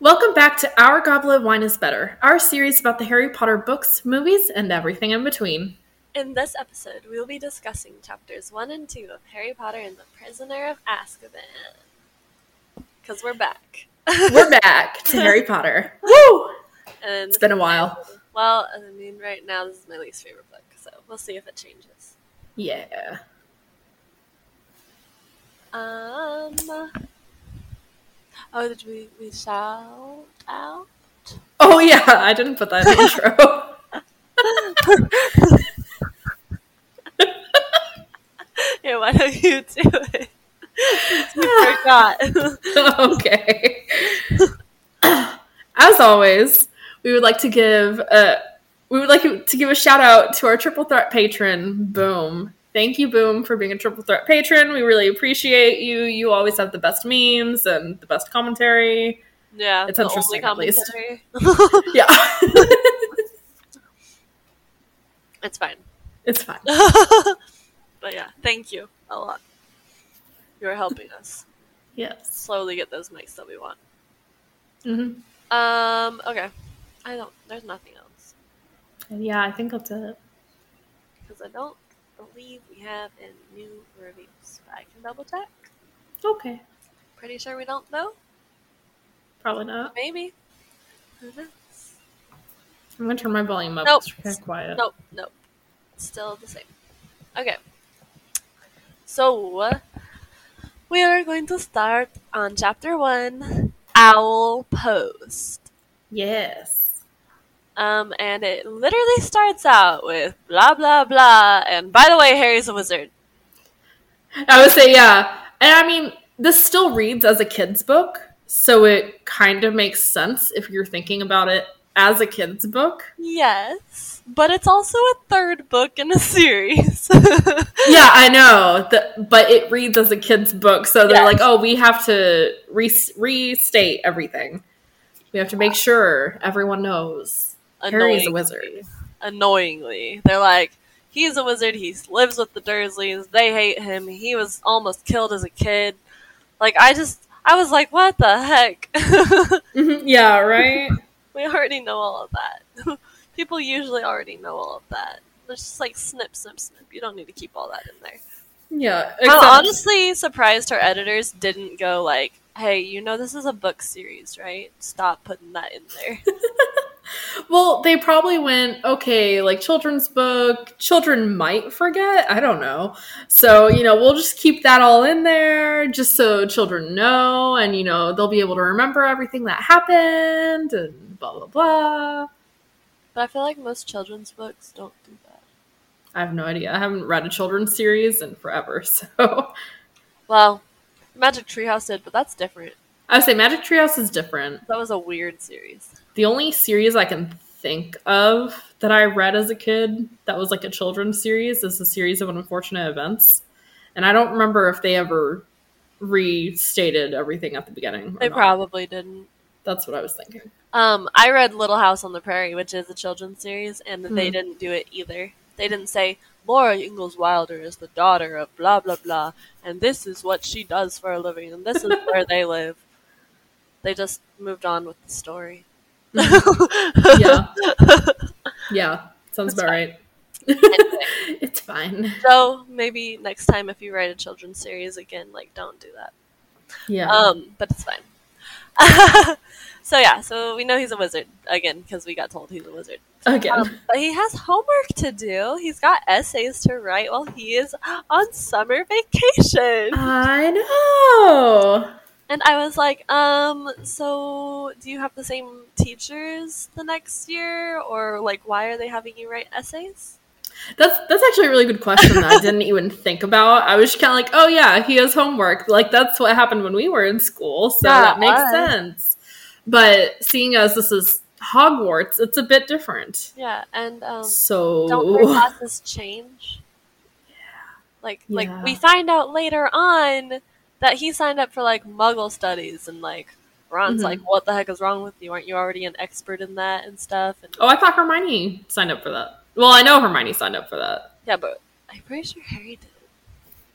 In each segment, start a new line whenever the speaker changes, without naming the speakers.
Welcome back to Our Goblet of Wine is Better, our series about the Harry Potter books, movies, and everything in between.
In this episode, we will be discussing chapters 1 and 2 of Harry Potter and the Prisoner of Azkaban. Because we're back.
We're back to Harry Potter. Woo!
And,
It's been a while.
well, I mean, right now this is my least favorite book, so we'll see if it changes.
Yeah.
Um. Oh, did we, we shout out?
Oh yeah, I didn't put that in the intro.
Yeah, why don't you do it? I forgot.
okay. As always, we would like to give a we would like to give a shout out to our triple threat patron, Boom. Thank you, Boom, for being a triple threat patron. We really appreciate you. You always have the best memes and the best commentary.
yeah,
It's
the only
interesting, at least.
commentary.
Yeah,
It's fine.
it's fine.
But yeah, thank you a lot. You're helping us
Yes.
slowly get those mics that we want.
Mhm.
Um, okay. I don't, there's nothing else.
And yeah, I think that's it.
Because I don't believe we have any new reviews. But I can double check.
Okay.
Pretty sure we don't, though.
Probably not.
Maybe. Who knows?
I'm gonna turn my volume up.
Nope.
It's kinda quiet.
Nope, nope. Still the same. Okay. So, uh, we are going to start on chapter one Owl Post.
Yes.
Um, and it literally starts out with blah blah blah. And by the way, Harry's a wizard.
I would say yeah. And I mean, this still reads as a kid's book, so it kind of makes sense if you're thinking about it as a kid's book.
Yes, but it's also a third book in a series.
Yeah, I know. The, but it reads as a kid's book, so they're
Yeah.
like, "Oh, we have to re- restate everything. We have to make sure everyone knows Harry's a wizard."
Annoyingly, they're like, he's a wizard. He lives with the Dursleys. They hate him. He was almost killed as a kid. Like I just, I was like, what the heck?
Mhm, yeah, right.
we already know all of that. People usually already know all of that. It's just like snip, snip, snip. You don't need to keep all that in there.
Yeah.
I'm
except-
honestly surprised her editors didn't go like, "Hey, you know this is a book series, right? Stop putting that in there."
Well, they probably went, okay, like children's book, children might forget. I don't know. So, you know, we'll just keep that all in there just so children know and, you know, they'll be able to remember everything that happened and blah, blah, blah.
but I feel like most children's books don't do that.
I have no idea. I haven't read a children's series in forever. So
Well, Magic Treehouse did, but that's different.
I would say Magic Treehouse is different.
That was a weird series.
The only series I can think of that I read as a kid that was like a children's series is the series of unfortunate events. And I don't remember if they ever restated everything at the beginning. or
They
not.
probably didn't.
That's what I was thinking.
Um, I read Little House on the Prairie, which is a children's series, and they didn't do it either. They didn't say Laura Ingalls Wilder is the daughter of blah blah blah, and this is what she does for a living, and this is where they live. They just moved on with the story.
Yeah. yeah. Sounds about right. it's fine.
So maybe next time, if you write a children's series again, like don't do that.
Yeah.
Um, but it's fine. so yeah, so we know he's a wizard again because we got told he's a wizard.
Again.
Um, but he has homework to do. He's got essays to write while he is on summer vacation.
I know.
And I was like, um, so do you have the same teachers the next year? Or like, why are they having you write essays?
That's that's actually a really good question that I didn't even think about. I was just kind of like, oh yeah, he has homework. Like that's what happened when we were in school, so
Yeah,
that makes
why?
sense. But seeing as this is Hogwarts, it's a bit different.
Yeah, and um,
So
don't their classes change? Like,
Yeah.
like we find out later on that he signed up for like Muggle studies, and like Ron's
Mhm.
like, "What the heck is wrong with you? Aren't you already an expert in that and stuff?" And
Oh, I thought Hermione signed up for that. Well, I know Hermione signed up for that.
yeah, but I'm pretty sure Harry did.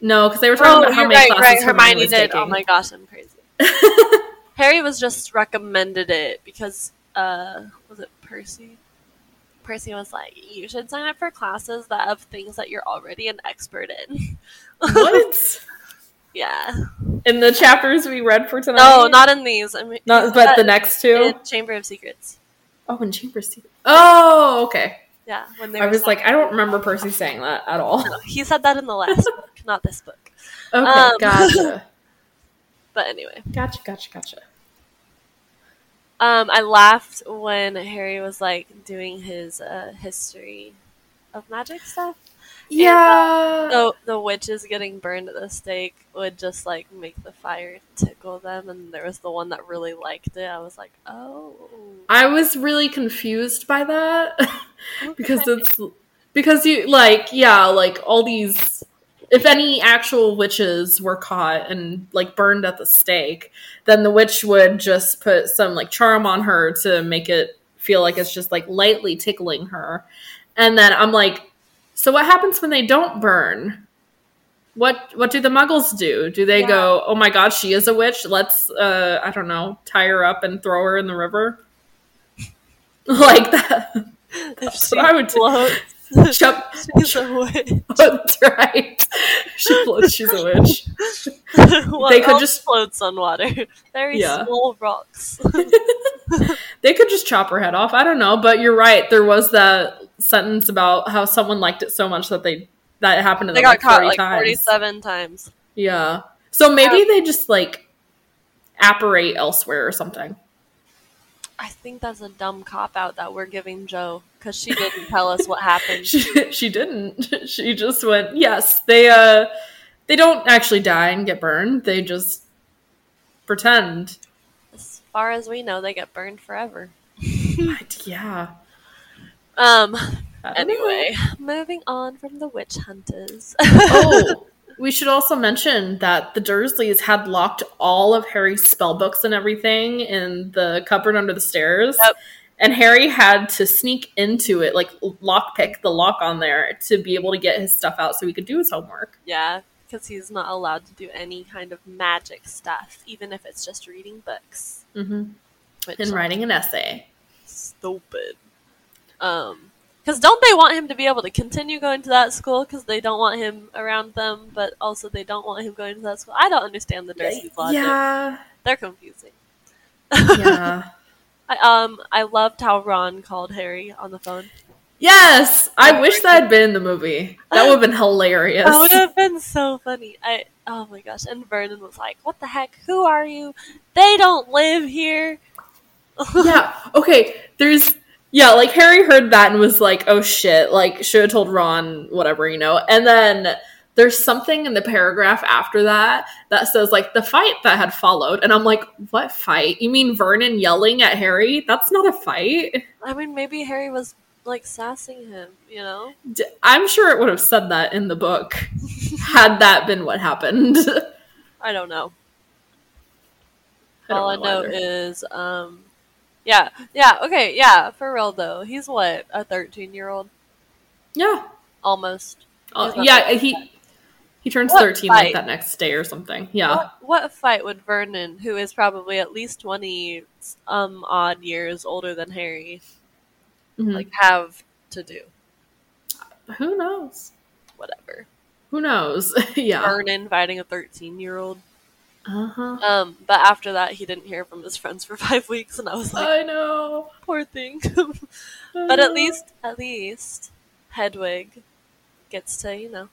No, because they were
Oh,
talking about how many classes Hermione, was
did.
taking.
Oh my gosh, I'm crazy. Harry was just recommended it because uh was it Percy? Percy was like, You should sign up for classes that have things that you're already an expert in.
what?
yeah.
In the chapters we read for tonight?
No, not in these. I mean
Not- but the next two.
in Chamber of Secrets.
Oh, in Chamber Secret. Oh, okay.
Yeah. When they
I
were
was like,
talking-
I don't remember Percy saying that at all. Okay,
he said that in the last book, not this book. Um,
gotcha.
But anyway.
Gotcha, gotcha, gotcha.
Um, I laughed when Harry was like doing his uh, history of magic stuff.
Yeah.
the the witches getting burned at the stake would just like make the fire tickle them, and there was the one that really liked it. I was like, oh,
I was really confused by that because it's because you like yeah like all these if any actual witches were caught and like burned at the stake then the witch would just put some like charm on her to make it feel like it's just like lightly tickling her and then i'm like so what happens when they don't burn what what do the muggles do do they go oh my god she is a witch let's uh i don't know tie her up and throw her in the river like that
if
that's what I would do.
floats,
Chup-
she's a witch.
That's right. She floats. She's a witch.
What
They could
else
just-
floats on water. Very
Yeah.
small rocks.
They could just chop her head off. I don't know, but you're right. There was that sentence about how someone liked it so much that they that it happened to
they
them
got
like
caught
40
like
times.
forty-seven times.
Yeah. So maybe they just like apparate elsewhere or something.
I think that's a dumb cop out that we're giving Joe because she didn't tell us what happened.
She she didn't. She just went, "Yes, they uh they don't actually die and get burned. They just pretend."
As far as we know, they get burned forever.
But yeah.
Um.
I don't know.
Anyway, moving on from the witch hunters.
oh, we should also mention that the Dursleys had locked all of Harry's spell books and everything in the cupboard under the stairs.
Yep.
And Harry had to sneak into it, like lockpick the lock on there to be able to get his stuff out so he could do his homework.
yeah, because he's not allowed to do any kind of magic stuff, even if it's just reading books.
Mhm.
Which
And
is
writing an essay.
stupid. Um, because don't they want him to be able to continue going to that school? Because they don't want him around them, but also they don't want him going to that school. I don't understand the Dursley's logic.
Yeah.
They're confusing.
Yeah.
I, um, I loved how Ron called Harry on the phone.
yes. I wish that had been in the movie. That would have been hilarious.
That would have been so funny. I oh my gosh. And Vernon was like, What the heck? Who are you? They don't live here.
yeah. Okay. There's yeah, like Harry heard that and was like, "Oh shit!" Like should have told Ron whatever, you know. And then there's something in the paragraph after that that says like the fight that had followed, and I'm like, "What fight? You mean Vernon yelling at Harry? That's not a fight."
I mean maybe Harry was like sassing him, you know?
D- I'm sure it would have said that in the book had that been what happened. I don't
I don't know.
know
All I know
either.
is um Yeah, yeah, okay, yeah, for real though. He's what, a 13 year old?
Yeah.
Almost.
Uh,
He's not
yeah,
that-
he he turns
What
13 like
fight?
that next day or something. Yeah.
What, what fight would Vernon, who is probably at least 20 um odd years older than Harry,
Mhm.
like have to do?
Who knows?
Whatever.
Who knows? yeah.
Vernon fighting a 13 year old.
Uh-huh.
Um, but after that, he didn't hear from his friends for five weeks, and I was like,
I know.
poor thing.
I
but at
know.
least, at least, Hedwig gets to, you know,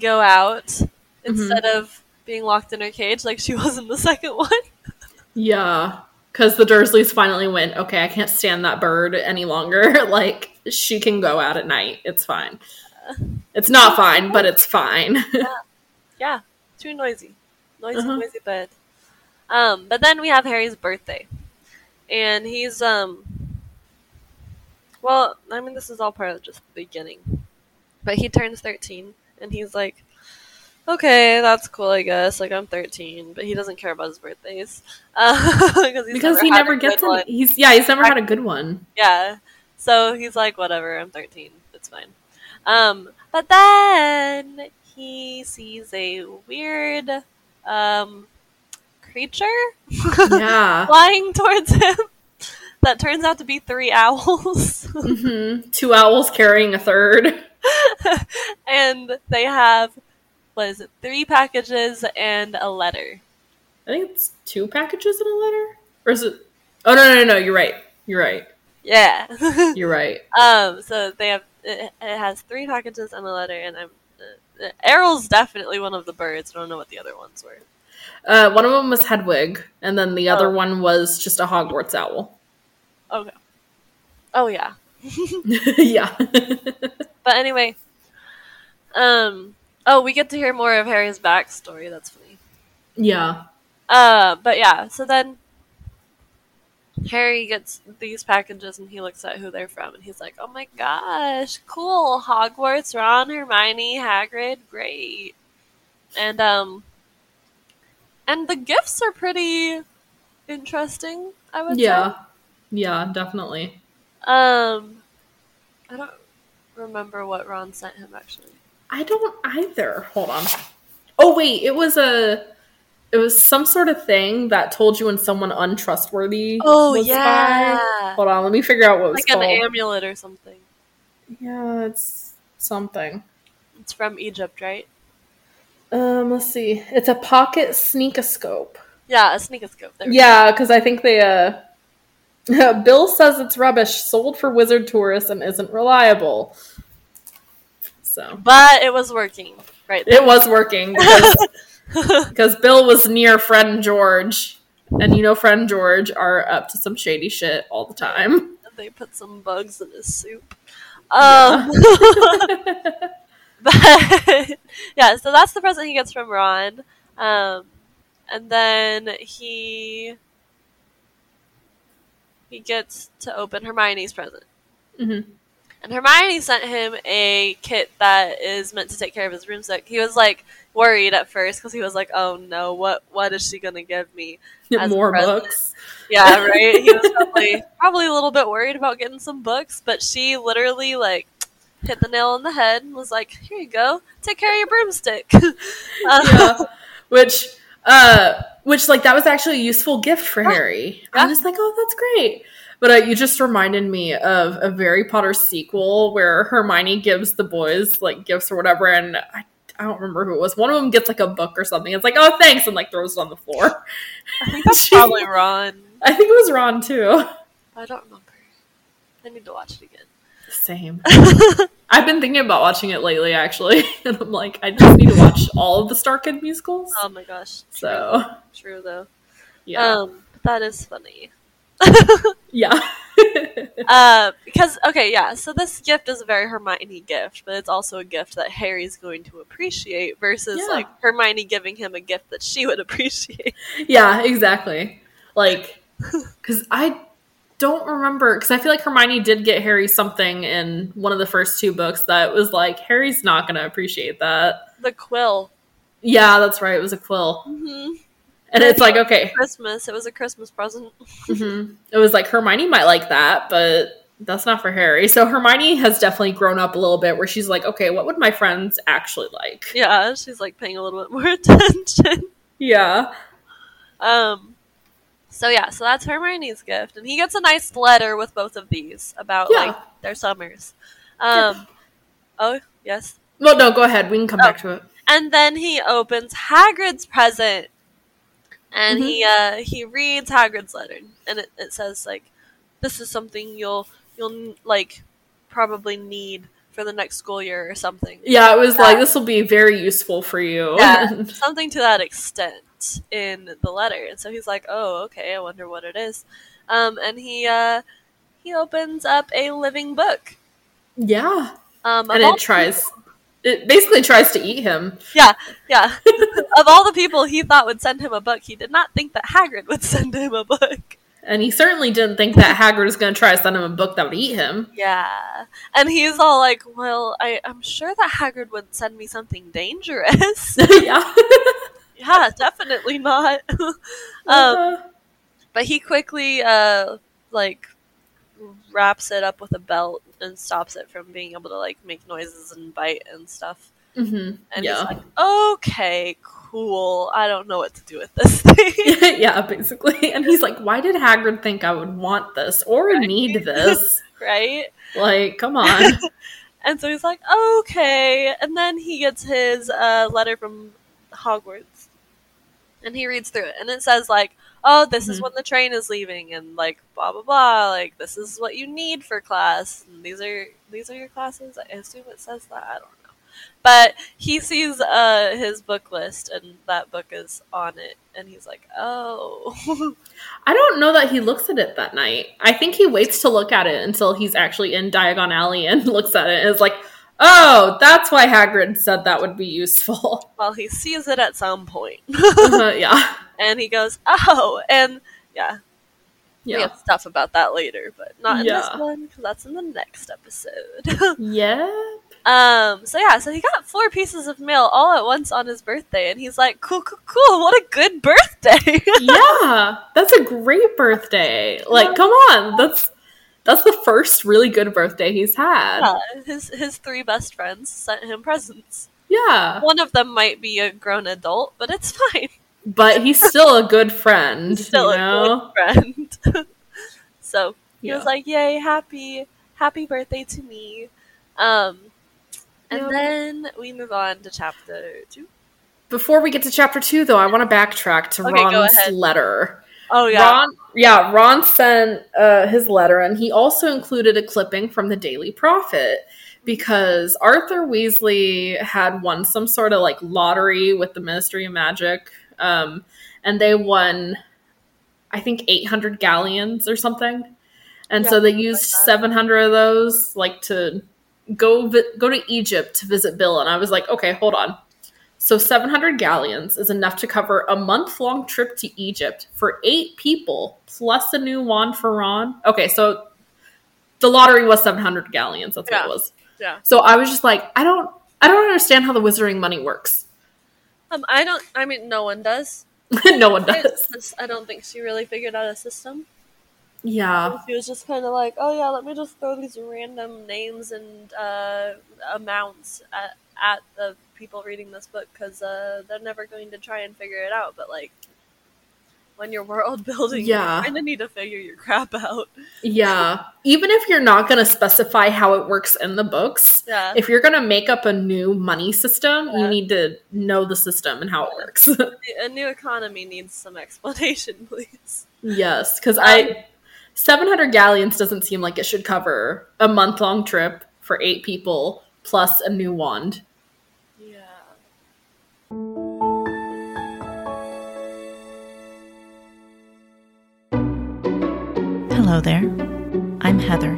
go out instead of being locked in her cage like she was in the second one.
Yeah. Because the Dursleys finally went, okay, I can't stand that bird any longer. like, she can go out at night. It's fine.
Uh,
It's not fine, but it's fine.
yeah, too noisy. Noisy,
Uh-huh.
noisy bed. Um, but then we have Harry's birthday. And he's, um, well, I mean, this is all part of just the beginning. But he turns 13, and he's like, okay, that's cool, I guess. Like, I'm 13, but he doesn't care about his birthdays. Uh, he's
because he
had
never
a
gets
good
an,
one.
he's yeah he's never had a good one
Yeah. So he's like, whatever, I'm 13. It's fine. Um, but then he sees a weird um, creature
yeah
flying towards him that turns out to be three owls.
hmm two owls carrying a third
and they have, what is it, three packages and a letter.
i think it's two packages in a letter or is it oh no no no, no you're right you're right
Yeah.
you're right
um, so they have, it, it has three packages and a letter, and I'm. Uh, uh, Errol's definitely one of the birds. I don't know what the other ones were.
uh, one of them was hedwig and then the other
Oh.
one was just a hogwarts owl
Okay. Oh yeah.
yeah
But anyway, um, oh, we get to hear more of Harry's backstory. That's funny.
yeah
Uh, but yeah. So then Harry gets these packages and he looks at who they're from and he's like, "Oh my gosh, cool! Hogwarts, Ron, Hermione, Hagrid, great!" And um, and the gifts are pretty interesting. I would say.
yeah yeah definitely
Um, I don't remember what Ron sent him actually.
i don't either hold on oh wait it was a it was some sort of thing that told you when someone untrustworthy
Oh,
was by.
yeah.
hold on let me figure out what it was
Like an
called
amulet or something.
Yeah, it's something.
It's from Egypt, right?
Um, let's see. It's a pocket sneakoscope.
Yeah, a sneakoscope. There we
Yeah, because I think they uh Bill says it's rubbish, sold for wizard tourists and isn't reliable. So
go. But it was working, right?
it was working because, because Bill was near friend George. And you know friend George are up to some shady shit all the time.
They put some bugs in his soup. Um, but yeah, so that's the present he gets from Ron. Um, and then he he gets to open Hermione's present.
Mhm.
And Hermione sent him a kit that is meant to take care of his room sick. He was like worried at first because he was like, "Oh no, what what is she gonna give me?" As
More
present.
books.
Yeah, right. He was probably probably a little bit worried about getting some books, but she literally like hit the nail on the head and was like, "Here you go. Take care of your broomstick." Uh,
yeah. Which uh which like that was actually a useful gift for Harry. I
Yeah.
was like, oh that's great. But uh, you just reminded me of a Harry Potter sequel where Hermione gives the boys like gifts or whatever and I I don't remember who it was. One of them gets like a book or something. It's like, oh, thanks, and like throws it on the floor.
I think that's probably Ron.
I think it was Ron too.
I don't remember. I need to watch it again.
Same. I've been thinking about watching it lately, actually, and I'm like, I just need to watch all of the Star Kid musicals.
Oh my gosh. True.
so,
true though.
yeah,
Um, that is funny.
yeah,
Uh, because okay, yeah. So this gift is a very Hermione gift, but it's also a gift that Harry's going to appreciate versus
Yeah.
like Hermione giving him a gift that she would appreciate.
Yeah, exactly. Like, because I don't remember, because I feel like Hermione did get Harry something in one of the first two books that was like, Harry's not going to appreciate that.
the quill.
Yeah, that's right. It was a quill.
Mm-hmm.
And it's like, okay,
Christmas. It was a Christmas present.
mhm. it was like Hermione might like that, but that's not for Harry. So Hermione has definitely grown up a little bit where she's like, okay, what would my friends actually like?
Yeah, she's like paying a little bit more attention.
Yeah.
Um, so yeah, so that's Hermione's gift, and he gets a nice letter with both of these about
Yeah.
like their summers. Um, oh yes,
Well, no, go ahead. We can come back to it.
and then he opens Hagrid's present, and he
Mm-hmm.
uh, he reads Hagrid's letter, and it, it says like, "This is something you'll you'll like probably need for the next school year or something."
Yeah, it was like, this will be very useful for you.
Yeah, something to that extent in the letter. And so he's like, "Oh, okay. I wonder what it is." Um, and he uh, he opens up a living book.
yeah.
Um, of
and
all
it tries it basically tries to eat him
Yeah, yeah. of all the people he thought would send him a book, he did not think that Hagrid would send him a book.
and he certainly didn't think that hagrid was going to try to send him a book that would eat him
Yeah, and he's all like, "Well, I, I'm sure that Hagrid would send me something dangerous."
yeah
yeah, definitely not. um,
Uh,
but he quickly uh like wraps it up with a belt and stops it from being able to like make noises and bite and stuff
mhm.
and
yeah
he's like okay cool i don't know what to do with this thing
yeah basically and he's like why did hagrid think i would want this or need this
right
like come on
and so he's like okay and then he gets his uh, letter from hogwarts and he reads through it and it says like oh this is
Mhm.
when the train is leaving and like blah blah blah like this is what you need for class and these are these are your classes i assume it says that i don't know but he sees uh, his book list and that book is on it and he's like oh
i don't know that he looks at it that night i think he waits to look at it until he's actually in diagon alley and looks at it and is like oh that's why hagrid said that would be useful
well he sees it at some point
Uh, yeah
and he goes oh and yeah We
yeah
have stuff about that later, but not in
Yeah.
this one because that's in the next episode.
yeah
um, so yeah, so he got four pieces of mail all at once on his birthday, and he's like, "Cool, cool, cool! What a good birthday!"
yeah, that's a great birthday. Like, come on, that's that's the first really good birthday he's had.
Yeah, his his three best friends sent him presents.
Yeah,
One of them might be a grown adult, but it's fine.
but he's still a good friend.
Still
you know?
a good friend. so he
Yeah.
was like, "Yay, happy happy birthday to me!" Um, and
Yeah.
then we move on to chapter two.
Before we get to chapter two, though, I want to backtrack to
Okay, go
Ron's
ahead.
letter.
Oh yeah.
Ron, yeah, Ron sent uh, his letter, and he also included a clipping from the Daily Prophet because Arthur Weasley had won some sort of like lottery with the Ministry of Magic, um, and they won, I think, eight hundred galleons or something, and so
Yeah,
they
something
used
like that.
seven hundred of those like to go vi- go to Egypt to visit Bill, and I was like, okay, hold on, so 700 galleons is enough to cover a month long trip to Egypt for eight people, plus a new wand for Ron. Okay, so the lottery was 700 galleons. That's
Yeah.
what it was.
Yeah.
So I was just like, I don't, I don't understand how the wizarding money works.
Um, I don't. I mean, no one does.
no one
It's
does.
just- I don't think she really figured out a system.
Yeah.
She was just kind of like, "Oh yeah, let me just throw these random names and uh, amounts at, at the people reading this book because uh, they're never going to try and figure it out." But like, when you're world building,
Yeah.
you kind of need to figure your crap out.
Yeah. Even if you're not going to specify how it works in the books,
Yeah.
if you're going to make up a new money system,
Yeah.
you need to know the system and how it works.
a new economy needs some explanation, please.
Yes, because I seven hundred galleons doesn't seem like it should cover a month long trip for eight people plus a new wand.
Yeah.
Hello there. I'm Heather,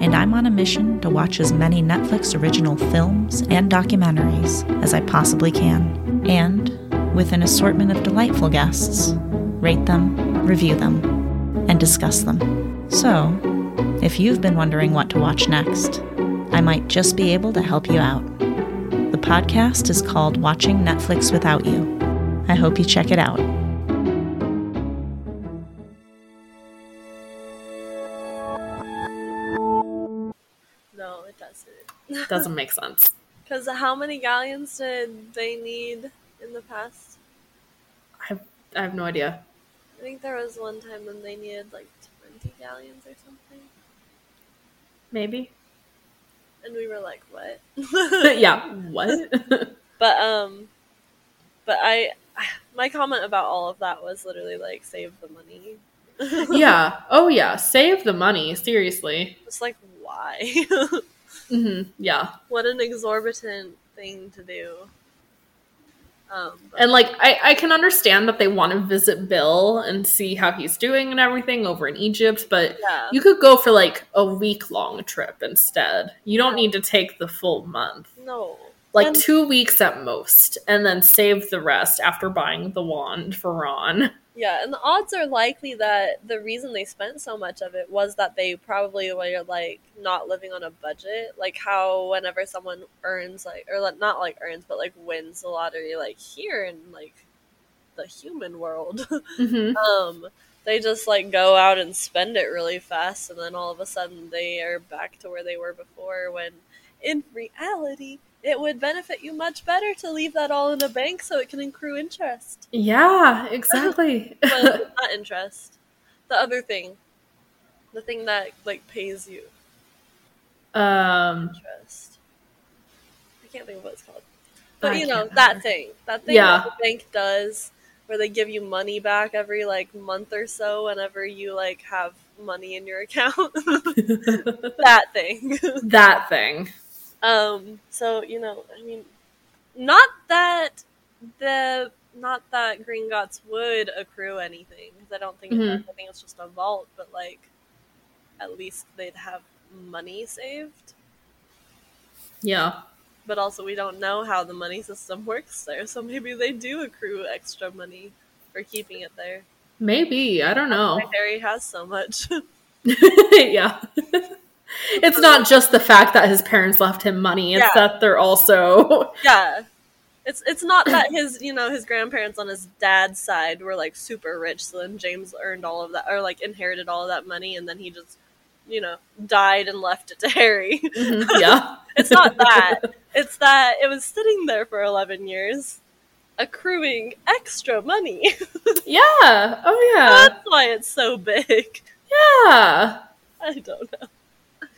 and I'm on a mission to watch as many Netflix original films and documentaries as I possibly can, and, with an assortment of delightful guests, rate them, review them, and discuss them. So, if you've been wondering what to watch next, I might just be able to help you out. The podcast is called Watching Netflix Without You. I hope you check it out.
No, it doesn't.
Doesn't make sense.
Because how many galleons did they need in the past?
I I have no idea.
I think there was one time when they needed like 20 galleons or something.
Maybe.
And we were like, what?
yeah. What?
But, um, but I, my comment about all of that was literally like, save the money.
yeah. Oh yeah. Save the money. Seriously.
It's like, why?
hmm Yeah.
what an exorbitant thing to do. Um, but
And like I, I can understand that they want to visit Bill and see how he's doing and everything over in Egypt, but
Yeah.
you could go for like a week long trip instead. You don't need to take the full month.
no.
Like
And-
two weeks at most, and then save the rest after buying the wand for Ron.
Yeah, and the odds are likely that the reason they spent so much of it was that they probably were like not living on a budget. Like how whenever someone earns like or like, not like earns but like wins the lottery like here in like the human world,
hmm
um they just like go out and spend it really fast and then all of a sudden they are back to where they were before when in reality it would benefit you much better to leave that all in a bank so it can accrue interest
Yeah, exactly.
well, not interest. The other thing, the thing that like pays you
um,
interest. I can't think of what it's called, but
I
you know
can't
that
remember.
thing, that thing
Yeah.
that the bank does, where they give you money back every like month or so whenever you like have money in your account. that thing.
that thing.
Um, so you know, I mean, not that the not that Green Gots would accrue anything because I don't think it does. I think it's just a vault, but like, at least they'd have money saved.
Yeah.
But also, we don't know how the money system works there, so maybe they do accrue extra money for keeping it there.
Maybe. I don't know.
Like, Harry has so much.
yeah. it's not just the fact that his parents left him money, it's
Yeah.
that they're also
yeah. It's, it's not that his you know his grandparents on his dad's side were like super rich so then James earned all of that or like inherited all of that money and then he just you know died and left it to Harry.
yeah.
it's not that. It's that it was sitting there for 11 years accruing extra money.
Yeah. Oh yeah.
That's why it's so big.
Yeah.
I don't know.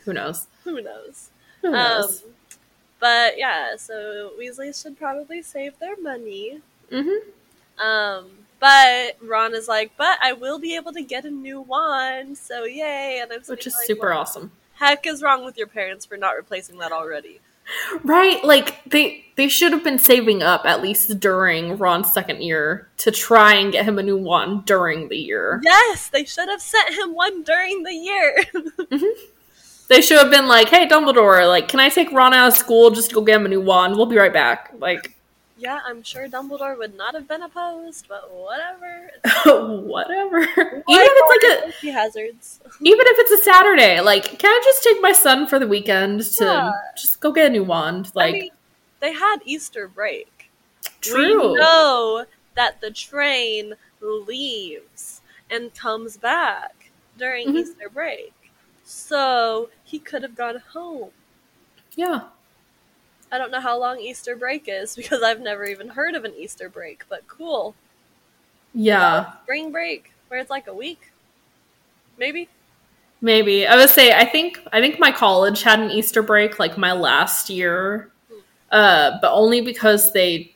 Who knows?
Who knows?
Who knows?
Um, but yeah, so Weasley should probably save their money.
Mhm.
Um, but Ron is like, but I will be able to get a new wand, so yay! And I'm
Which
sitting
is
like,
super
what
awesome.
the Heck is wrong with your parents for not replacing that already?
Right? Like they they should have been saving up at least during Ron's second year to try and get him a new one during the year.
Yes, they should have sent him one during the year.
They should have been like, "Hey, Dumbledore, like, can I take Ron out of school just to go get him a new wand? We'll be right back." Like,
yeah, I'm sure Dumbledore would not have been opposed, but whatever.
whatever. Even if it's like a
safety hazards.
even if it's a Saturday, like, can I just take my son for the weekend to
Yeah.
just go get a new wand? Like,
I mean, they had Easter break.
true.
We know that the train leaves and comes back during
Mhm.
Easter break. So he could have gone home.
Yeah.
I don't know how long Easter break is because I've never even heard of an Easter break, but cool.
Yeah.
Spring break, where it's like a week. Maybe?
Maybe. I would say I think I think my college had an Easter break like my last year. Uh, but only because they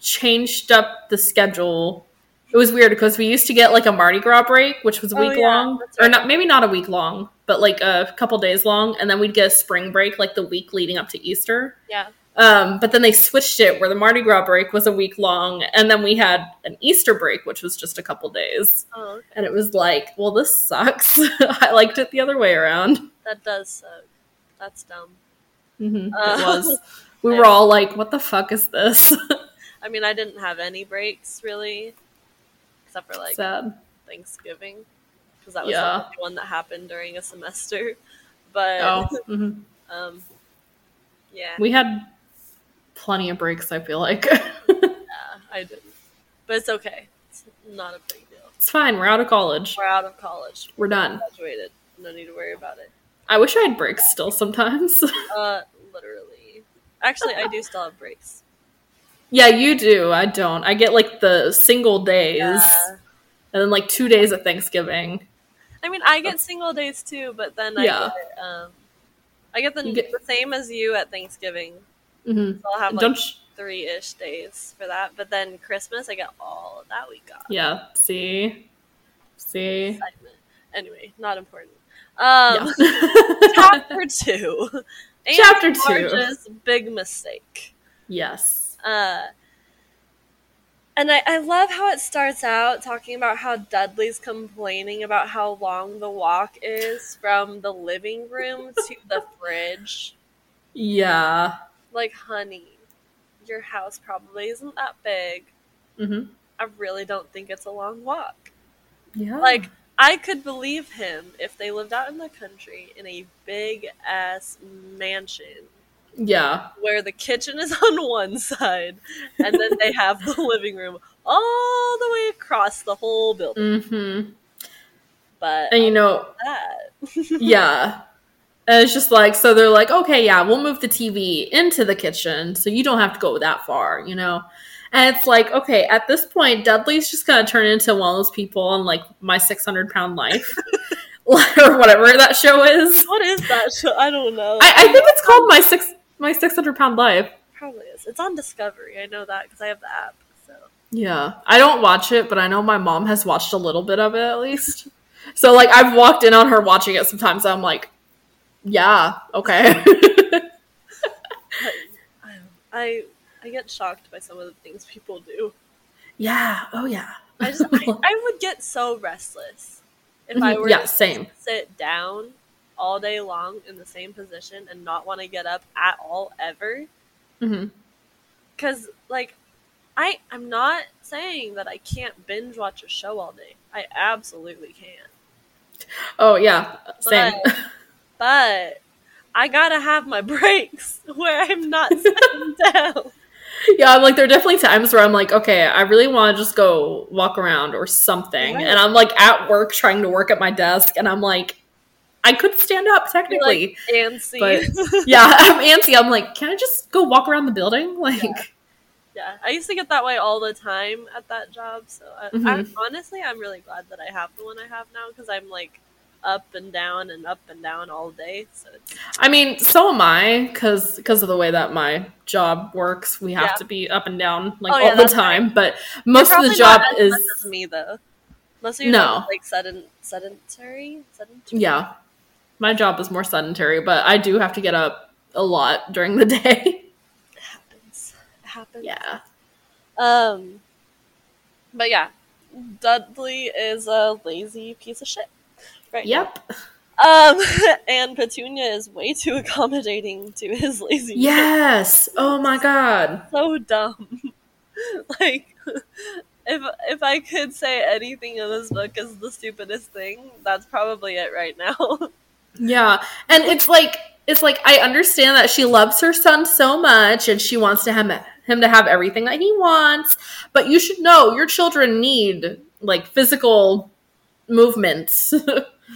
changed up the schedule. It was weird because we used to get like a Mardi Gras break, which was a
Oh,
week
yeah,
long.
that's
Or
right.
not maybe not a week long, but like a couple days long, and then we'd get a spring break like the week leading up to Easter.
Yeah.
Um, but then they switched it where the Mardi Gras break was a week long, and then we had an Easter break, which was just a couple days.
Oh,
And it was like, well, this sucks. I liked it the other way around.
that does suck. That's dumb.
Mhm,
Uh,
it was. We were all like, what the fuck is this?
I mean, I didn't have any breaks really, except for like
Sad.
Thanksgiving, because that was
Yeah.
the only one that happened during a semester. But
Oh, mhm.
um, yeah,
We had plenty of breaks, I feel like.
yeah, I didn't. But it's okay. It's not a big deal.
it's fine. We're out of college.
We're out of college.
We're done.
Graduated. No need to worry about it.
I wish I had breaks still sometimes.
Uh, literally. Actually, I do still have breaks.
yeah, you do. I don't. I get like the single days
Yeah.
and then like two days at Thanksgiving.
I mean, I get single days too, but then I
Yeah.
get um, I get the,
You get-
the same as you at Thanksgiving.
Mm-hmm.
So I'll have like
Don't sh-
three ish days for that, but then Christmas I get all of that week off.
Yeah, see? See?
Excitement. Anyway, not important. Um,
yeah.
chapter two. And
Chapter two.
George's big mistake.
yes.
Uh, and I, I love how it starts out talking about how Dudley's complaining about how long the walk is from the living room to the fridge.
Yeah.
Like, honey, your house probably isn't that big.
Mm-hmm.
I really don't think it's a long walk.
Yeah.
Like, I could believe him if they lived out in the country in a big ass mansion
yeah.
where the kitchen is on one side and then they have the living room all the way across the whole building.
Mm-hmm.
But
And you know,
that
yeah. And it's just like, so they're like, okay, yeah, we'll move the TV into the kitchen so you don't have to go that far, you know? And it's like, okay, at this point, Dudley's just going to turn into one of those people on like my 600 pound life or whatever that show is.
what is that show? I don't know.
I, I think it's called my six my 600 pound life.
probably is. It's on Discovery. I know that because I have the app. So
Yeah. I don't watch it, but I know my mom has watched a little bit of it at least. So like I've walked in on her watching it sometimes. I'm like, yeah, okay.
I I get shocked by some of the things people do.
yeah. Oh yeah.
I just I, I would get so restless if I
Mhm.
were
yeah,
to
same.
sit down all day long in the same position and not want to get up at all ever.
Mhm.
because like i i'm not saying that i can't binge watch a show all day i absolutely can
Oh yeah, same.
but but i gotta have my breaks where i'm not sitting down
yeah, I'm like there are definitely times where I'm like, okay, I really want to just go walk around or something,
Right.
and I'm like at work trying to work at my desk, and I'm like, I could stand up technically.
like and see
But yeah, I'm antsy. I'm like, can I just go walk around the building? Like,
yeah i used to get that way all the time at that job so I, I,
Mhm.
honestly i'm really glad that i have the one i have now because i'm like up and down and up and down all day so it's,
I mean, so am I, because of the way that my job works, we have
Yeah.
to be up and down like
Oh, yeah,
all the
that's right.
time. But most of
Probably
the
not
job
as
is
much as me though most of your
No.
job is, like sedent- sedentary sedentary
yeah, my job is more sedentary, but I do have to get up a lot during the day.
happens. It happens.
Yeah.
Um. But yeah, Dudley is a lazy piece of shit. Right.
Yep.
Um. And Petunia is way too accommodating to his lazy.
Yes. Oh my god.
So dumb. like, if if I could say anything in this book is the stupidest thing, that's probably it right now.
Yeah. And it's like it's like I understand that she loves her son so much and she wants to have him to have everything that he wants, but you should know your children need like physical movements.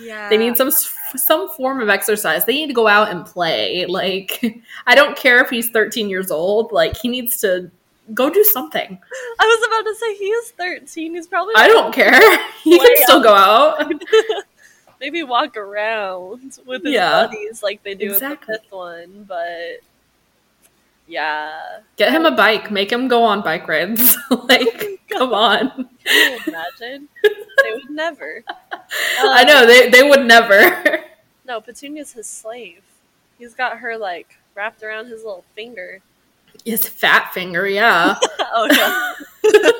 Yeah.
they need some s- some form of exercise. They need to go out and play. Like I don't care if he's 13 years old, like he needs to go do something.
I was about to say he is thirteen. He's probably.
I don't care. He
Play
can still go out.
maybe walk around with his
Yeah.
buddies like they do
Exactly.
in the fifth one, but yeah.
Get him a bike. Make him go on bike rides. like, come on.
Can you imagine? they would never.
I know they they would never.
No, Petunia's his slave. He's got her like wrapped around his little finger.
His fat finger, yeah.
Oh no.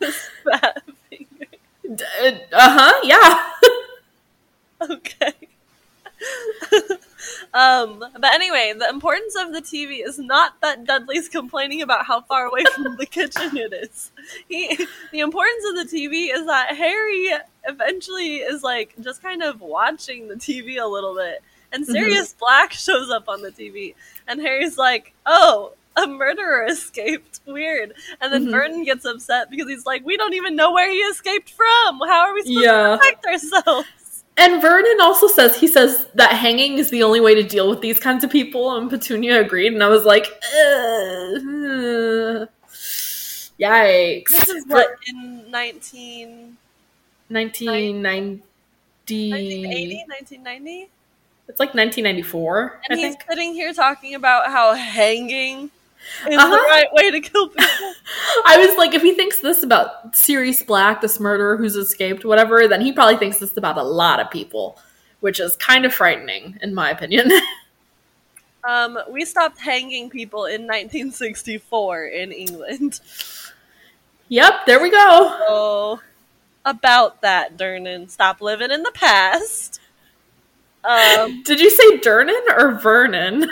his fat finger.
D- uh huh. Yeah.
Okay. um, but anyway, the importance of the TV is not that Dudley's complaining about how far away from the kitchen it is. He, the importance of the TV is that Harry eventually is like just kind of watching the TV a little bit, and Sirius Black shows up on the TV, and Harry's like, "Oh, a murderer escaped. Weird. And then Vernon gets upset because he's like, we don't even know where he escaped from. How are we supposed
Yeah.
to protect ourselves?
And Vernon also says he says that hanging is the only way to deal with these kinds of people, and Petunia agreed. And I was like, Ugh,
This
yikes!
is what in 19,
Nineteen ninety.
1980, 1990?
It's like nineteen ninety four. I
And he's
think.
sitting here talking about how hanging is
Uh-huh.
the right way to kill people.
I was like, if he thinks this about Sirius Black, this murderer who's escaped, whatever, then he probably thinks this about a lot of people, which is kind of frightening, in my opinion.
Um, we stopped hanging people in 1964 in England.
yep, there we go.
So, about that, Dernan, stop living in the past. Um,
Did you say Dernan or Vernon?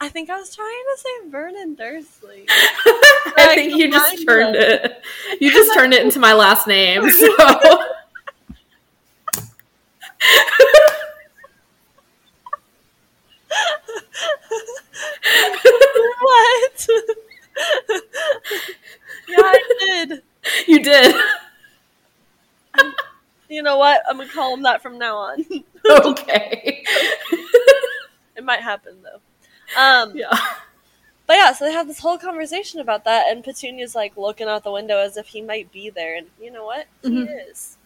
I think I was trying to say Vernon Dursley.
I think you just turned it. You just turned it into my last name. So
What? yeah, I did.
you did.
You know what? I'm gonna call him that from now on.
Okay.
it might happen though. Um,
Yeah.
But yeah, so they have this whole conversation about that, and Petunia's like looking out the window as if he might be there, and you know what? He
Mm-hmm.
is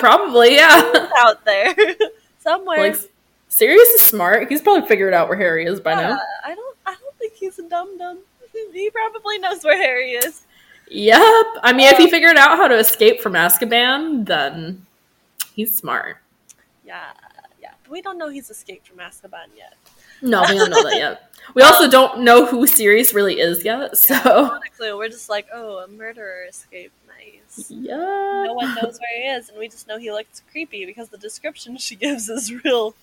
Probably, yeah.
He's out there somewhere.
Like Sirius is smart. He's probably figured out where Harry is by
Yeah,
now.
I don't. I don't think he's a dum dum. he probably knows where Harry is.
Yep. I mean, if he figured out how to escape from Azkaban, then he's smart.
Yeah, yeah. But we don't know he's escaped from Azkaban yet.
No, we don't know that yet. We also don't know who Sirius really is yet, so
Not a clue. We're just like, oh, a murderer escaped. Nice.
yeah.
No one knows where he is, and we just know he looks creepy because the description she gives is real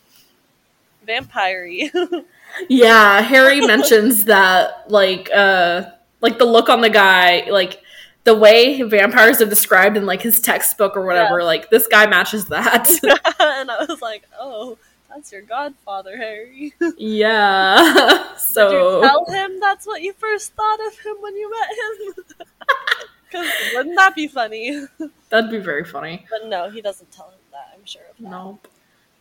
vampire-y.
Yeah, Harry mentions that like uh like the look on the guy, like the way vampires are described in like his textbook or whatever, like this guy matches that.
and I was like, oh, that's your godfather, Harry.
yeah.
Did you
So
tell him that's what you first thought of him when you met him? Because wouldn't that be funny?
that'd be very funny.
But no, he doesn't tell him that, I'm sure of that.
No.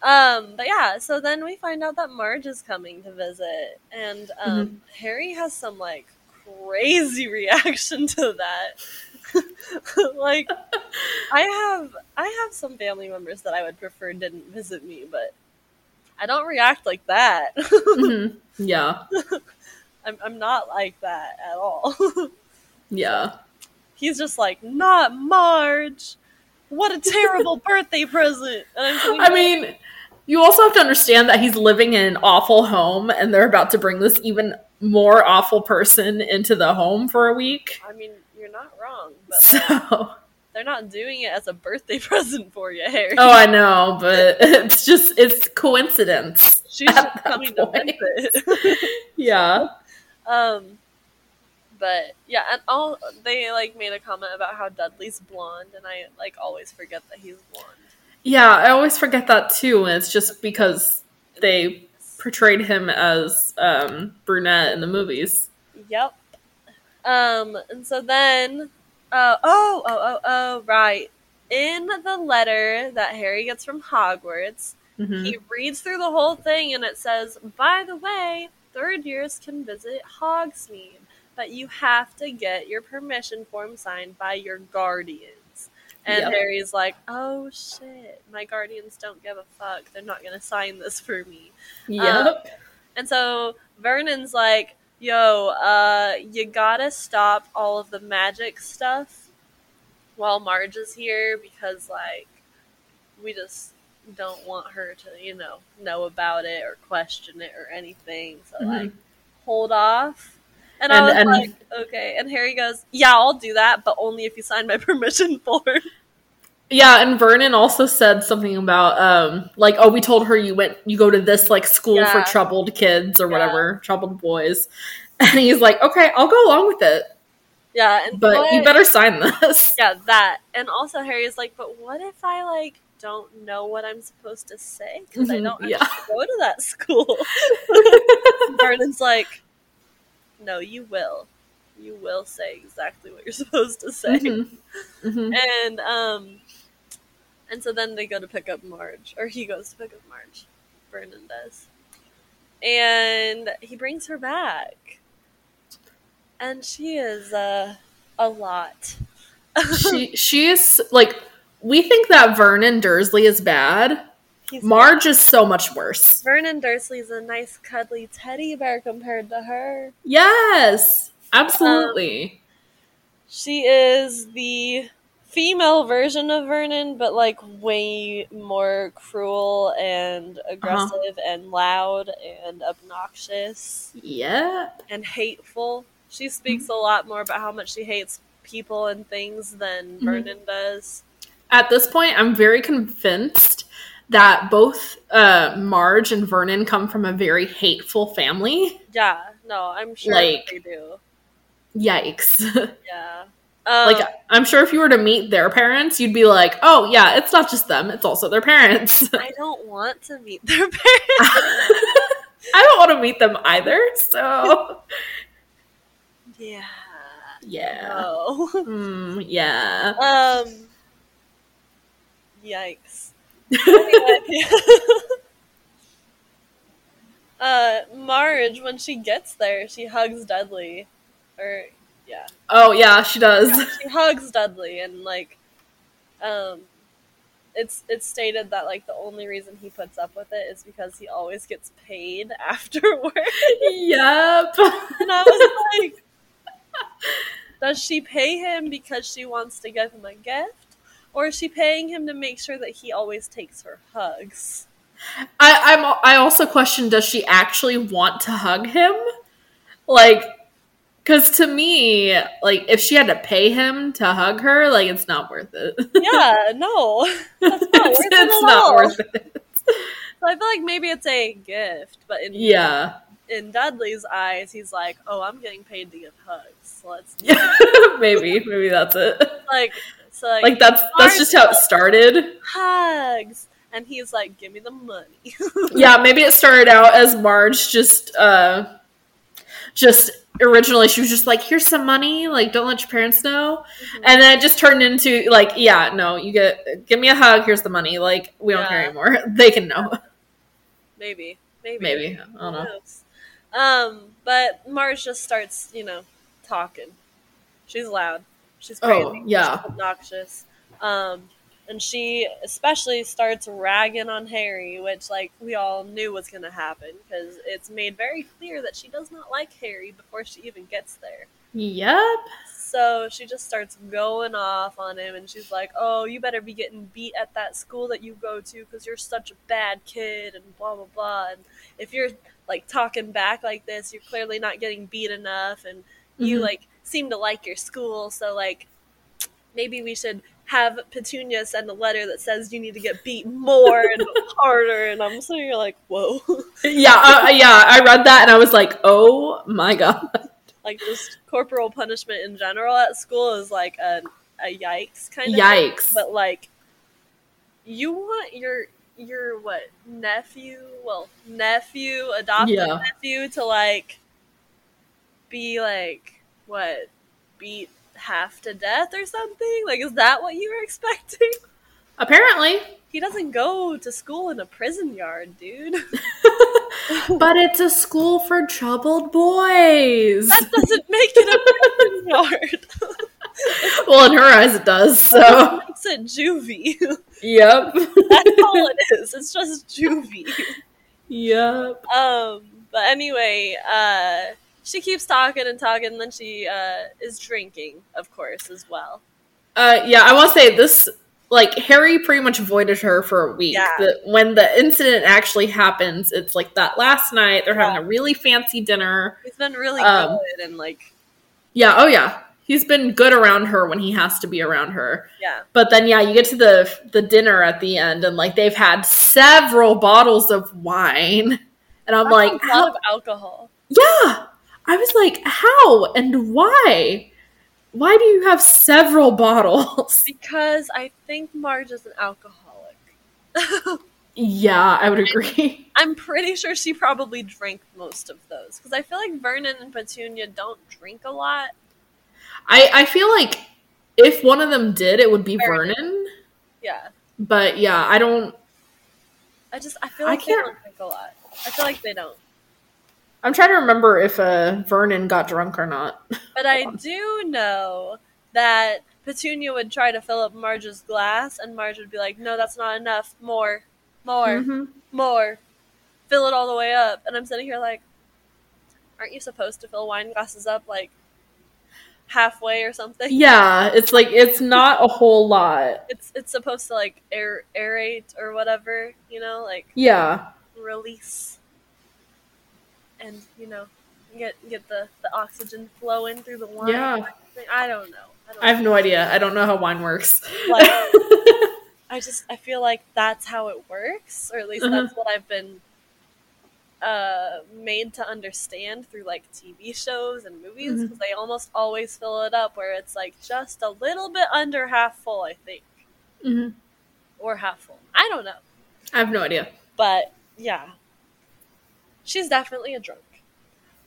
Um, but yeah, so then we find out that Marge is coming to visit, and um,
Mm-hmm.
Harry has some like crazy reaction to that. like, I have I have some family members that I would prefer didn't visit me, but I don't react like that.
Mm-hmm. Yeah.
I'm I'm not like that at all.
Yeah.
He's just like, not Marge. What a terrible birthday present! And I'm thinking,
I mean, you also have to understand that he's living in an awful home and they're about to bring this even more awful person into the home for a week.
I mean, you're not wrong, but like,
So
They're not doing it as a birthday present for you, Harry.
Oh, I know, but it's just it's coincidence.
She's just
at that
coming to
point.
visit.
Yeah.
um, but yeah, and all they like made a comment about how Dudley's blonde, and I like always forget that he's blonde.
Yeah, I always forget that too, and it's just because they portrayed him as um brunette in the movies.
Yep. Um, and so then, uh, oh, oh, oh, oh, right. In the letter that Harry gets from Hogwarts,
Mhm.
he reads through the whole thing and it says, by the way, third years can visit Hogsmeade, but you have to get your permission form signed by your guardians. And
Yep.
Harry's like, oh shit, my guardians don't give a fuck. They're not going to sign this for me.
Yep.
And so Vernon's like, yo, uh, you gotta stop all of the magic stuff while Marge is here because, like, we just don't want her to, you know, know about it or question it or anything. So, like, hold off. And,
Mm-hmm. And-
I was
and-
like, okay. And Harry goes, yeah, I'll do that, but only if you sign my permission form.
yeah, and Vernon also said something about um like oh we told her you went you go to this like school for
Yeah.
troubled kids or
Yeah.
whatever, troubled boys. And he's like, "Okay, I'll go along with it,
yeah. And
but you
what-
better sign this."
Yeah, that. And also Harry's like, but what if I like don't know what I'm supposed to say because I
Mhm,
don't
yeah.
actually go to that school. Vernon's like, no, you will. You will say exactly what you're supposed to say. And um and so then they go to pick up Marge, or he goes to pick up Marge. Vernon does. And he brings her back. And she is uh a lot.
she she is like we think that Vernon Dursley is bad.
He's
Marge is so much worse.
Vernon Dursley's a nice cuddly teddy bear compared to her.
Yes, absolutely.
She is the female version of Vernon, but like way more cruel and
Uh-huh.
aggressive and loud and obnoxious
yep.
and hateful. She speaks a lot more about how much she hates people and things than
Mm-hmm.
Vernon does.
At this point, I'm very convinced that both uh, Marge and Vernon come from a very hateful family.
Yeah, no, I'm sure
Like-
they do.
Yikes.
Yeah. Um,
like, I'm sure if you were to meet their parents, you'd be like, oh, yeah, it's not just them, it's also their parents.
I don't want to meet their parents.
I don't want to meet them either. So,
yeah.
yeah.
No.
Mm, yeah.
Um. Yikes. Anyway. uh, Marge, when she gets there, she hugs Dudley, or yeah,
Oh, yeah, she does.
she hugs Dudley, and like, um, it's it's stated that like the only reason he puts up with it is because he always gets paid afterward,
yep.
and I was like, does she pay him because she wants to give him a gift, or is she paying him to make sure that he always takes her hugs?
I, I'm. I also question: Does she actually want to hug him? Like, because to me, like, if she had to pay him to hug her, like, it's not worth it.
yeah, no. That's not
it's
worth it.
it's
at
not
all.
worth it.
So I feel like maybe it's a gift, but in
Yeah.
in Dudley's eyes, he's like, "Oh, I'm getting paid to give hugs. So let's
maybe. Maybe that's it.
like, so like,
Like that's that's just how it started.
hugs." And he's like, "Give me the money."
Yeah. Maybe it started out as Marge just, uh, just originally she was just like, "Here's some money. Like, don't let your parents know." And then it just turned into like, yeah, no, you get give me a hug. Here's the money. Like we don't care
Yeah.
anymore. They can know.
maybe, maybe,
Maybe I don't know.
Who knows? Um, but Marge just starts, you know, talking. She's loud. She's
Oh,
crazy.
yeah.
She's obnoxious. Um, and she especially starts ragging on Harry, which like we all knew was going to happen because it's made very clear that she does not like Harry before she even gets there.
Yep.
So she just starts going off on him, and she's like, "Oh, you better be getting beat at that school that you go to because you're such a bad kid," and blah blah blah. And if you're like talking back like this, you're clearly not getting beat enough, and you
Mhm.
like seem to like your school, so like maybe we should have Petunia send a letter that says you need to get beat more and harder. And I'm so you're like, "Whoa."
Yeah. I, I- yeah. I read that and I was like, oh my god.
like just corporal punishment in general at school is like a, a yikes kind of
Yikes.
thing, but like you want your your what nephew well nephew adopted
Yeah.
nephew to like be like what beat half to death or something like is that what you were expecting
Apparently,
he doesn't go to school in a prison yard dude
but it's a school for troubled boys.
that doesn't make it a prison yard
well, in her eyes, it does. So.
it's a juvie
Yep.
That's all it is. It's just juvie.
yep.
Um, but anyway, uh, she keeps talking and talking, and then she uh, is drinking, of course, as well.
Uh, yeah, I will say this. Like Harry pretty much avoided her for a week.
Yeah.
The- when the incident actually happens, it's like that last night. They're having a really fancy dinner.
He's been really
Um,
good and like,
Yeah. Oh yeah. He's been good around her when he has to be around her.
yeah,
But then, yeah, you get to the the dinner at the end, and like they've had several bottles of wine, and
Oh
I'm like,
a lot
how,
of alcohol.
yeah, I was like, how and why? Why do you have several bottles?
Because I think Marge is an alcoholic.
Yeah, I would agree.
I'm pretty sure she probably drank most of those because I feel like Vernon and Petunia don't drink a lot.
I, I feel like if one of them did, it would be
Vernon.
Vernon.
Yeah,
But yeah, I don't.
I just I feel
I
like they
can't-
don't drink a lot. I feel like they don't,
I'm trying to remember if uh, Vernon got drunk or not.
but I do know that Petunia would try to fill up Marge's glass, and Marge would be like, "No, that's not enough. More, more,
Mm-hmm.
more. Fill it all the way up." And I'm sitting here like, "Aren't you supposed to fill wine glasses up like halfway or something?"
Yeah, it's like it's not a whole lot.
it's it's supposed to like air, aerate or whatever, you know, like
Yeah,
release and you know get get the, the oxygen flowing through the wine.
Yeah.
I don't know. I, don't
I have no idea. I don't know how wine works.
Like- I just I feel like that's how it works, or at least that's what I've been uh made to understand through like TV shows and movies because they almost always fill it up where it's like just a little bit under half full, I think,
Mhm.
or half full. I don't know.
I have no idea.
but yeah, she's definitely a drunk.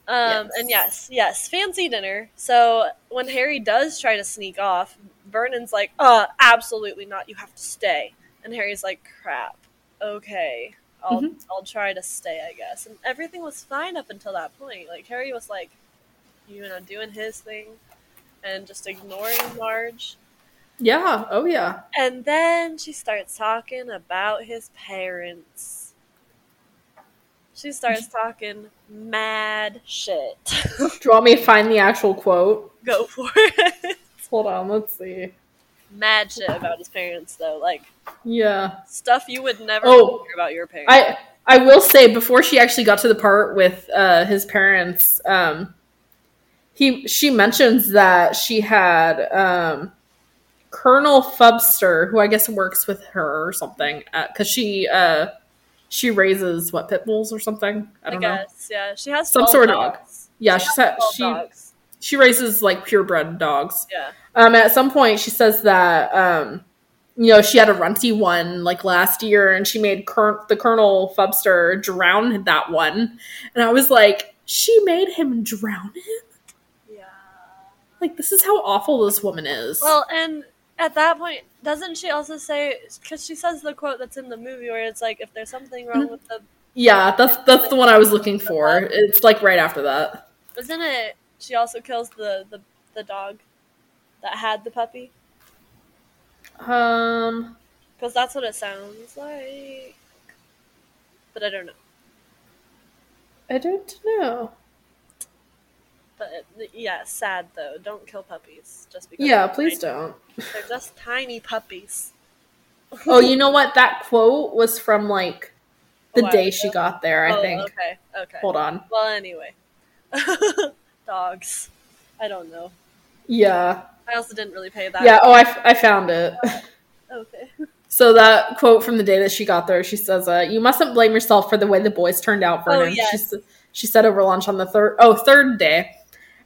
Um, And yes, yes, fancy dinner. So when Harry does try to sneak off, Vernon's like, "Uh, absolutely not. You have to stay." And Harry's like, "Crap. Okay, I'll I'll try to stay, I guess." And everything was fine up until that point. Like Harry was like, you know, doing his thing and just ignoring Marge.
Yeah. Oh yeah.
And then she starts talking about his parents. She starts talking mad shit.
Do you want me to find the actual quote?
Go for it.
Hold on. Let's see.
mad shit about his parents, though. Like,
Yeah.
stuff you would never
Oh,
hear about your parents.
I I will say before she actually got to the part with uh, his parents, um, he she mentions that she had um, Colonel Fubster, who I guess works with her or something, because she uh, she raises what pit bulls or something. I
I,
don't know.
guess, yeah. She has
Some
12
sort of dog.
dogs.
Yeah, she's had,
Twelve
she
dogs.
she raises like purebred dogs.
Yeah.
Um, at some point, she says that um, you know she had a runty one like last year, and she made cur- the Colonel Fubster drown that one, and I was like, she made him drown him.
Yeah.
Like this is how awful this woman is.
Well, and at that point, doesn't she also say, because she says the quote that's in the movie where it's like, if there's something
Mm-hmm.
wrong with the
yeah, that's that's the one I was looking for. It's like right after that.
Wasn't it? She also kills the the, the dog that had the puppy
Um,
because that's what it sounds like. But I don't know.
I don't know.
But it, yeah, sad though. Don't kill puppies just because.
Yeah,
they're
please
tiny.
don't.
They're just tiny puppies.
Oh, you know what? That quote was from like
A
the
while
day she
ago?
got there. I
oh,
think.
Okay. Okay.
Hold on.
Well, anyway, dogs. I don't know.
Yeah.
I also didn't really pay that.
Yeah. Oh, I, f- I found it.
Okay.
So that quote from the day that she got there, she says, uh, "You mustn't blame yourself for the way the boys turned out,
Oh,
Vernon."
yes.
she, s- she said over lunch on the third, oh, third day.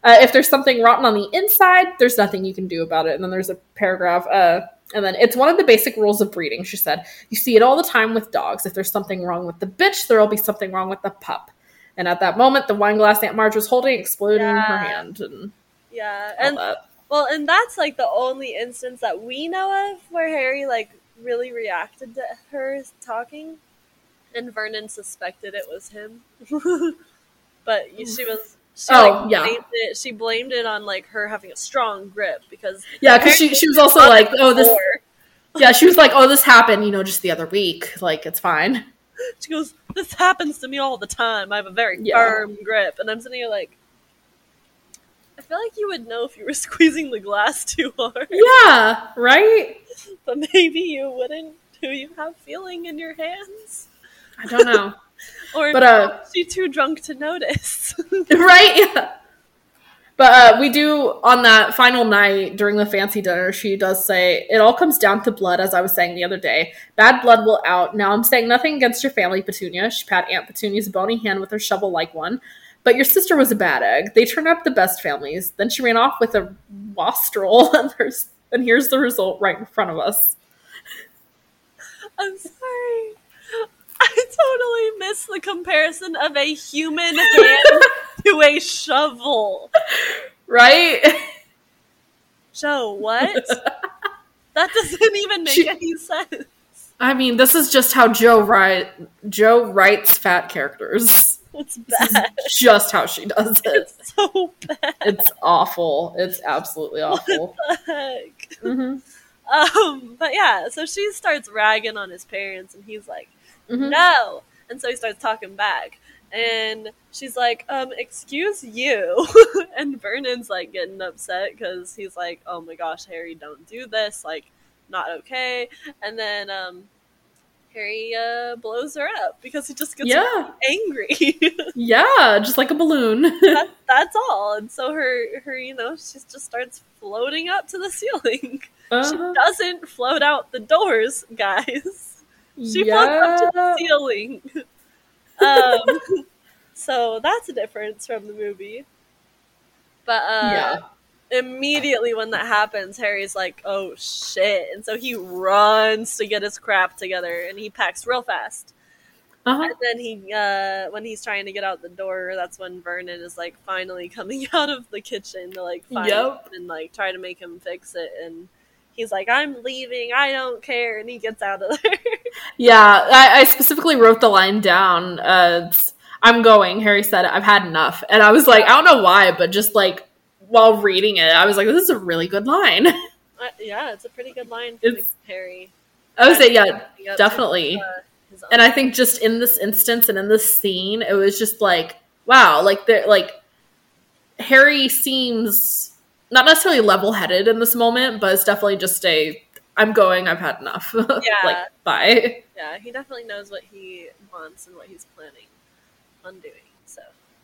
Uh, if there's something rotten on the inside, there's nothing you can do about it. And then there's a paragraph, uh, and then it's one of the basic rules of breeding. She said, "You see it all the time with dogs. If there's something wrong with the bitch, there'll be something wrong with the pup." And at that moment, the wine glass Aunt Marge was holding exploded in her
Yeah.
hand, and
Yeah.
all
And
that.
Well, and that's like the only instance that we know of where Harry like really reacted to her talking, and Vernon suspected it was him. but she was she
Oh,
like
yeah.
blamed it. She blamed it on like her having a strong grip because
Yeah, because she she was also like, "Oh, this."
Or-
Yeah, she was like, "Oh, this happened, you know, just the other week. Like, it's fine."
she goes this happens to me all the time. I have a very
Yeah.
firm grip, and I'm sitting here like. I feel like you would know if you were squeezing the glass too hard,
Yeah, right.
but maybe you wouldn't. Do you have feeling in your hands?
I don't know.
Or
But, uh,
she too drunk to notice.
right? Yeah. But uh, we do on that final night during the fancy dinner. She does say it all comes down to blood, as I was saying the other day. Bad blood will out. Now I'm saying nothing against your family, Petunia. She pat Aunt Petunia's bony hand with her shovel-like one. But your sister was a bad egg. They turn up the best families. Then she ran off with a wastrel, and there's and here's the result right in front of us.
I'm sorry. is the comparison of a human hand to a shovel.
right?
Joe, what? That doesn't even make
She-
any sense.
I mean, this is just how Joe write Joe writes fat characters.
It's bad.
Just how she does it.
So bad.
It's awful. It's absolutely awful.
Heck.
Mhm.
Um, but yeah, so she starts ragging on his parents, and he's like,
Mhm.
no. And so he starts talking back. And she's like, um, excuse you. and Vernon's like getting upset because he's like, oh my gosh, Harry, don't do this. Like, not okay. And then um, Harry uh, blows her up because he just gets
Yeah.
angry.
Yeah, just like a balloon.
that, that's all. And so her, her, you know, she just starts floating up to the ceiling.
Uh-huh.
She doesn't float out the doors, guys. She floats up to the ceiling. Um, so that's a difference from the movie. But uh, immediately when that happens, Harry's like, "Oh shit!" And so he runs to get his crap together, and he packs real fast.
Uh-huh.
And then he, uh, when he's trying to get out the door, that's when Vernon is like finally coming out of the kitchen to like find
Yep.
him and like try to make him fix it. And he's like, "I'm leaving. I don't care." And he gets out of there.
Yeah, I, I specifically wrote the line down. Uh, it's, I'm going. Harry said, "I've had enough," and I was like, I don't know why, but just like while reading it, I was like, this is a really good line.
Uh, yeah, it's a pretty good line from
It's-
Harry.
I would say, yeah,
Yep.
definitely.
Uh, his own-
And I think just in this instance and in this scene, it was just like, wow, like they're like Harry seems not necessarily level headed in this moment, but it's definitely just a I'm going, I've had enough. like
Yeah.
bye.
yeah, he definitely knows what he wants and what he's planning on doing. So,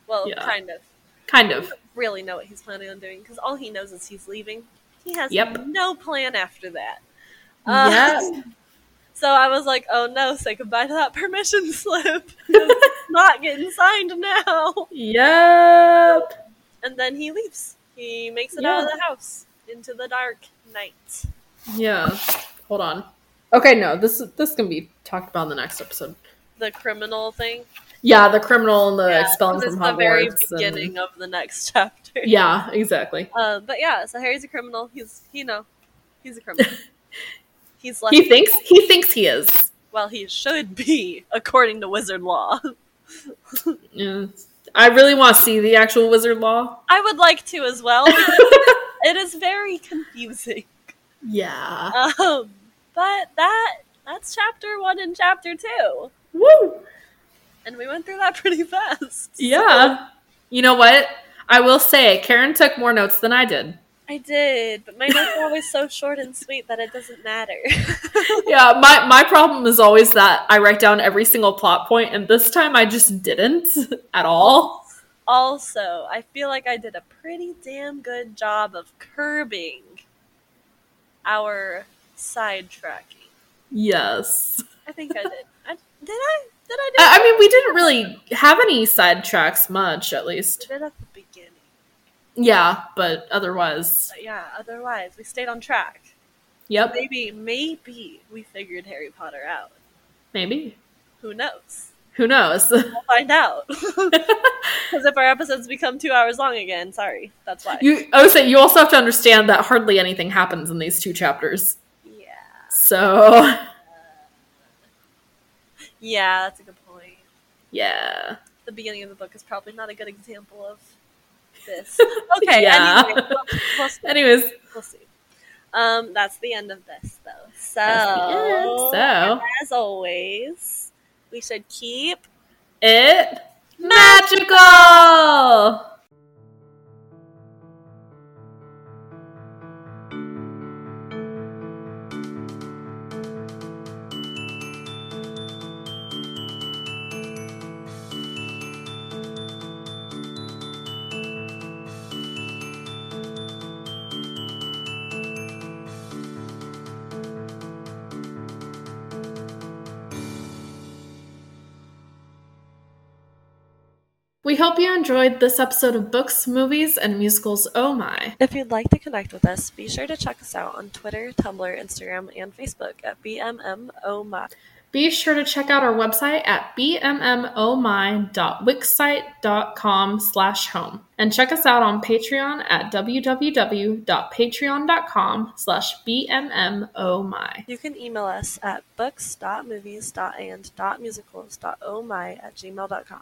well,
Yeah.
kind of.
Kind of.
Really know what he's planning on doing because all he knows is he's leaving. He has
Yep.
no plan after that. Uh,
Yeah.
So I was like, oh no, say goodbye to that permission slip. It's not getting signed now.
Yep.
And then he leaves. He makes it out of the house into the dark night.
Yeah. Hold on. Okay, no, this this can be talked about in the next episode.
The criminal thing.
Yeah, the criminal and the
Yeah,
expelling
this
from
is
Hogwarts.
the very
and-
beginning of the next chapter.
yeah, exactly.
Uh, but yeah, so Harry's a criminal. He's you know, he's a criminal. he's left.
He thinks he thinks he is.
well, he should be according to wizard law.
Yeah. I really want to see the actual wizard law.
I would like to as well. because it is very confusing.
Yeah.
Um, but that that's chapter one and chapter two,
Woo!
and we went through that pretty fast.
Yeah. You know what? I will say, Karen took more notes than I did.
I did, but my notes are always so short and sweet that it doesn't matter.
Yeah, my, my problem is always that I write down every single plot point, and this time I just didn't at all.
also, I feel like I did a pretty damn good job of curbing our sidetracking.
Yes.
I think I did. I, did I? Did I do
I, I mean, we didn't really have any sidetracks much, at least.
did at the beginning?
Yeah, but otherwise,
But yeah, otherwise, we stayed on track.
yep,
Maybe, maybe we figured Harry Potter out.
maybe.
Who knows?
Who knows?
We'll find out. Because if our episodes become two hours long again, sorry, that's why.
you, I would say you also have to understand that hardly anything happens in these two chapters.
yeah,
So,
yeah, that's a good point.
yeah.
The beginning of the book is probably not a good example of this. Okay,
Yeah.
anyway, we'll, we'll see.
Anyways,
We'll see. Um, that's the end of this, though. So, Oh.
that's the end. So,
as always, we should keep
it magical! We hope you enjoyed this episode of Books, Movies, and Musicals Oh My.
If you'd like to connect with us, be sure to check us out on Twitter, Tumblr, Instagram, and Facebook at BMMOMod.
Be sure to check out our website at bmmomy.wixsite.com slash home. And check us out on Patreon at www.patreon.com slash bmmomy.
You can email us at books.movies.and.musicals.omy at gmail.com.